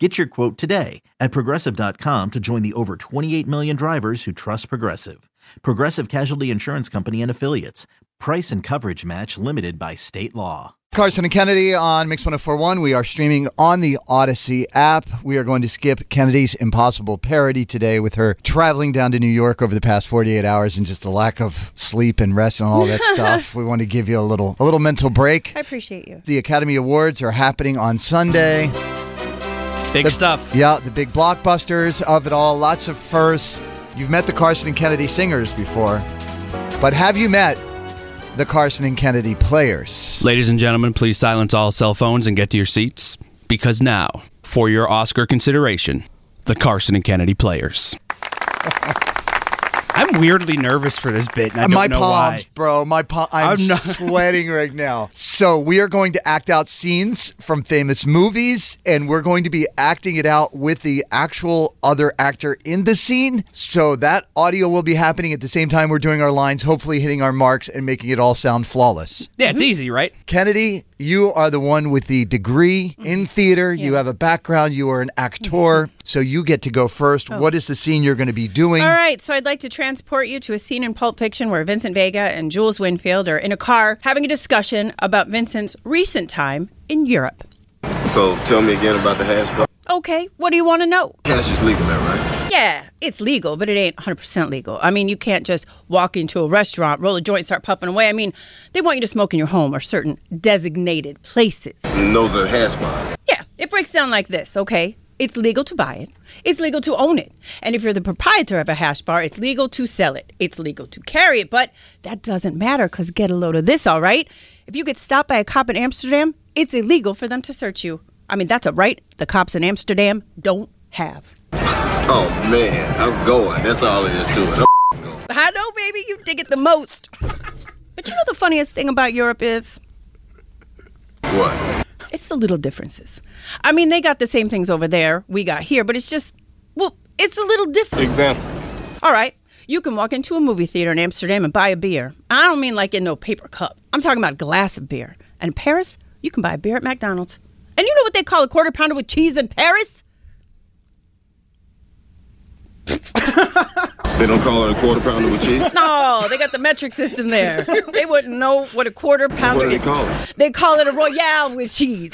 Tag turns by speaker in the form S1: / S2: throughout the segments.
S1: Get your quote today at progressive.com to join the over 28 million drivers who trust Progressive. Progressive Casualty Insurance Company and Affiliates. Price and coverage match limited by state law.
S2: Carson and Kennedy on Mix 1041. We are streaming on the Odyssey app. We are going to skip Kennedy's impossible parody today with her traveling down to New York over the past 48 hours and just the lack of sleep and rest and all that stuff. We want to give you a little a little mental break.
S3: I appreciate you.
S2: The Academy Awards are happening on Sunday.
S4: Big
S2: The-
S4: stuff.
S2: Yeah, the big blockbusters of it all, lots of firsts. You've met the Carson and Kennedy singers before, but have you met the Carson and Kennedy players?
S4: Ladies and gentlemen, please silence all cell phones and get to your seats because now, for your Oscar consideration, the Carson and Kennedy players. I'm weirdly nervous for this bit, and I don't
S2: my
S4: know
S2: palms,
S4: why.
S2: bro. My palm. I'm,
S4: I'm not-
S2: sweating right now. So we are going to act out scenes from famous movies, and we're going to be acting it out with the actual other actor in the scene. So that audio will be happening at the same time we're doing our lines, hopefully hitting our marks and making it all sound flawless.
S4: Yeah, it's easy, right?
S2: Kennedy, you are the one with the degree
S3: Mm-hmm.
S2: in theater. You have a background. You are an actor, so you get to go first. What is the scene you're going to be doing?
S3: Oh. All right, so I'd like to transport you to a scene in Pulp Fiction where Vincent Vega and Jules Winfield are in a car having a discussion about Vincent's recent time in Europe.
S5: So tell me again about the hash brown.
S3: Okay, what do you want to know?
S5: That's just legal, that right?
S3: Yeah, it's legal, but it ain't 100% legal. I mean, you can't just walk into a restaurant, roll a joint, start puffing away. I mean, they want you to smoke in your home or certain designated places.
S5: And those are hash browns.
S3: Yeah, it breaks down like this, okay? It's legal to buy it. It's legal to own it. And if you're the proprietor of a hash bar, it's legal to sell it. It's legal to carry it, but that doesn't matter because get a load of this, all right? If you get stopped by a cop in Amsterdam, it's illegal for them to search you. I mean, that's a right the cops in Amsterdam don't have.
S5: Oh man, I'm going. That's all it is to it. I'm going.
S3: I know, baby, you dig it the most. But you know the funniest thing about Europe is?
S5: What?
S3: It's the little differences. I mean, they got the same things over there we got here, but it's just, well, it's a little different.
S5: Example.
S3: All right. You can walk into a movie theater in Amsterdam and buy a beer. I don't mean like in no paper cup. I'm talking about a glass of beer. And in Paris, you can buy a beer at McDonald's. And you know what they call a quarter pounder with cheese in Paris?
S5: They don't call it a quarter pounder with cheese.
S3: No, they got the metric system there. They wouldn't know what a quarter pounder
S5: What do they
S3: is.
S5: call it?
S3: They call it a royale with cheese.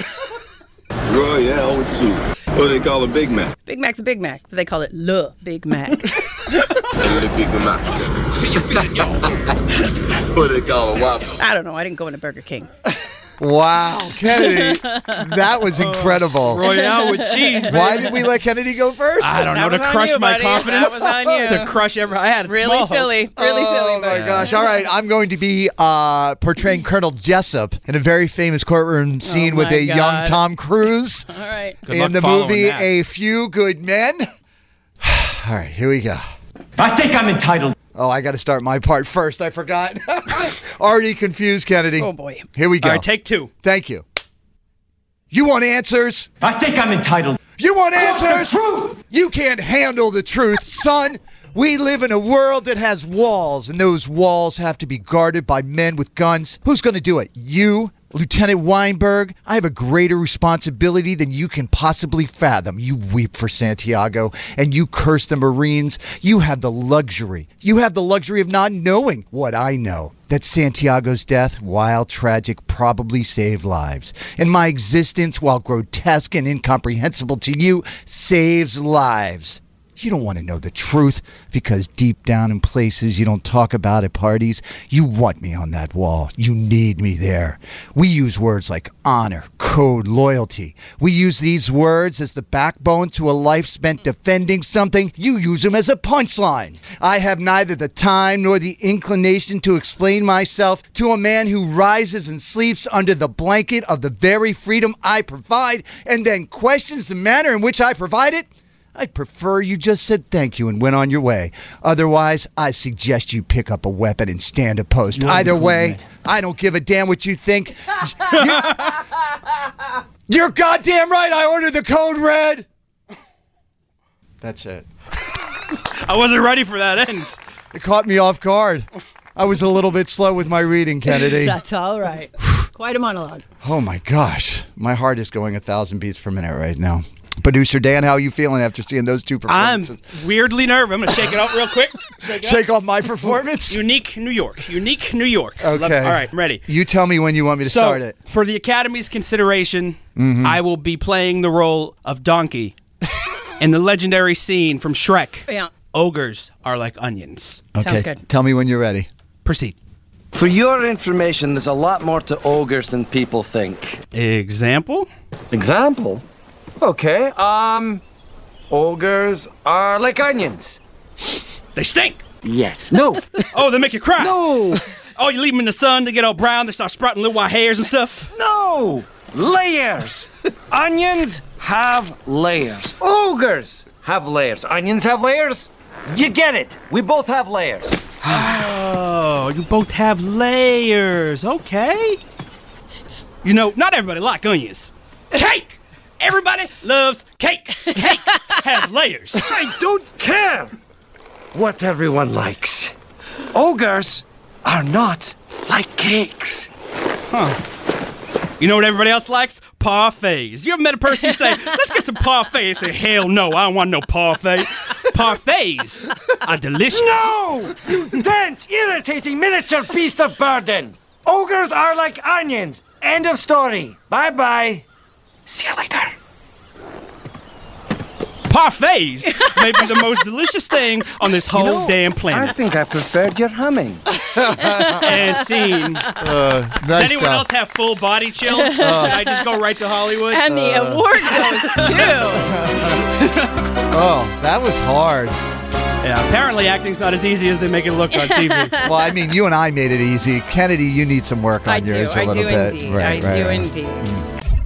S5: Royale with cheese. What do they call a Big Mac?
S3: Big Mac's a Big Mac, but they call it Le Big Mac.
S5: They Big Mac. what do they call a Whopper?
S3: I don't know. I didn't go into Burger King.
S2: Wow, Kennedy, that was
S4: Oh.
S2: incredible.
S4: Royale with cheese.
S2: Why did we let Kennedy go first?
S4: I don't
S3: That
S4: know to
S3: was on
S4: crush
S3: you,
S4: my
S3: buddy.
S4: confidence.
S3: That was on you.
S4: To crush every. I had
S3: Really
S4: small hopes.
S3: silly. Really silly.
S2: Oh my
S3: but-
S2: gosh! All right, I'm going to be uh, portraying Colonel Jessup in a very famous courtroom scene with
S3: my
S2: a young
S3: God.
S2: Tom Cruise
S3: All right.
S4: Oh Good luck
S2: in the
S4: following
S2: movie
S4: that.
S2: "A Few Good Men." All right, here we go.
S6: I think I'm entitled.
S2: Oh, I got to start my part first. I forgot. Already confused, Kennedy.
S3: Oh, boy.
S2: Here we go.
S4: All right, take two.
S2: Thank you. You want answers?
S6: I think I'm entitled.
S2: You want answers?
S6: truth.
S2: You can't handle the truth, son. We live in a world that has walls, and those walls have to be guarded by men with guns. Who's going to do it? You, Lieutenant Weinberg? I have a greater responsibility than you can possibly fathom. You weep for Santiago and you curse the Marines. You have the luxury. You have the luxury of not knowing what I know that Santiago's death, while tragic, probably saved lives. And my existence, while grotesque and incomprehensible to you, saves lives. You don't want to know the truth because deep down in places you don't talk about at parties, you want me on that wall. You need me there. We use words like honor, code, loyalty. We use these words as the backbone to a life spent defending something. You use them as a punchline. I have neither the time nor the inclination to explain myself to a man who rises and sleeps under the blanket of the very freedom I provide and then questions the manner in which I provide it. I'd prefer you just said thank you and went on your way. Otherwise, I suggest you pick up a weapon and stand a post. Either way, I don't give a damn what you think. You- You're goddamn right. I ordered the code red. That's it.
S4: I wasn't ready for that end.
S2: It caught me off guard. I was a little bit slow with my reading, Kennedy.
S3: That's all right. Quite a monologue.
S2: Oh my gosh, my heart is going a thousand beats per minute right now. Producer Dan, how are you feeling after seeing those two
S7: I'm
S2: performances?
S7: weirdly nervous. I'm gonna shake it off real quick.
S2: Take off my performance.
S7: Unique New York. Unique New York. I love it.
S2: Okay.
S7: All right, I'm ready.
S2: You tell me when you want me to
S7: so,
S2: start it. Mm-hmm.
S7: for the Academy's consideration, I will be playing the role of Donkey in the legendary scene from Shrek.
S3: Yeah.
S7: Ogres are like onions.
S3: Sounds good.
S2: Tell me when you're ready.
S7: Proceed.
S8: For your information, there's a lot more to ogres than people think.
S7: Example?
S8: Example? Okay, um. Ogres are like onions.
S7: They stink.
S8: Yes. No.
S7: Oh, they make you cry.
S8: no.
S7: Oh, you leave them in the sun, they get all brown, they start sprouting little white hairs and stuff.
S8: No. Layers. Onions have layers. Ogres have layers. Onions have layers. You get it. We both have layers.
S7: Oh, you both have layers. Okay. You know, not everybody like onions. Cake! Everybody loves cake. Cake has layers.
S8: I don't care what everyone likes. Ogres are not like cakes.
S7: You know what everybody else likes? Parfaits. You ever met a person who say, let's get some parfaits? They say, hell no, I don't want no parfait. Parfaits are delicious.
S8: No! You dense, irritating miniature beast of burden! Ogres are like onions! End of story! Bye bye! See you later!
S7: Parfaits may be the most delicious thing on this whole damn planet.
S8: think I preferred your humming.
S7: and scene.
S2: Nice
S7: Does anyone
S2: job.
S7: else have full body chills? Did I just go right to Hollywood?
S3: And the
S2: Uh,
S3: award goes to.
S2: Oh, that was hard.
S7: yeah, apparently acting's not as easy as they make it look on TV.
S2: Well, I mean, you and I made it easy. Kennedy, you need some work on
S3: I do.
S2: yours a
S3: I
S2: little
S3: do
S2: bit.
S3: indeed.
S2: Right,
S3: I
S2: right,
S3: do
S2: right.
S3: indeed.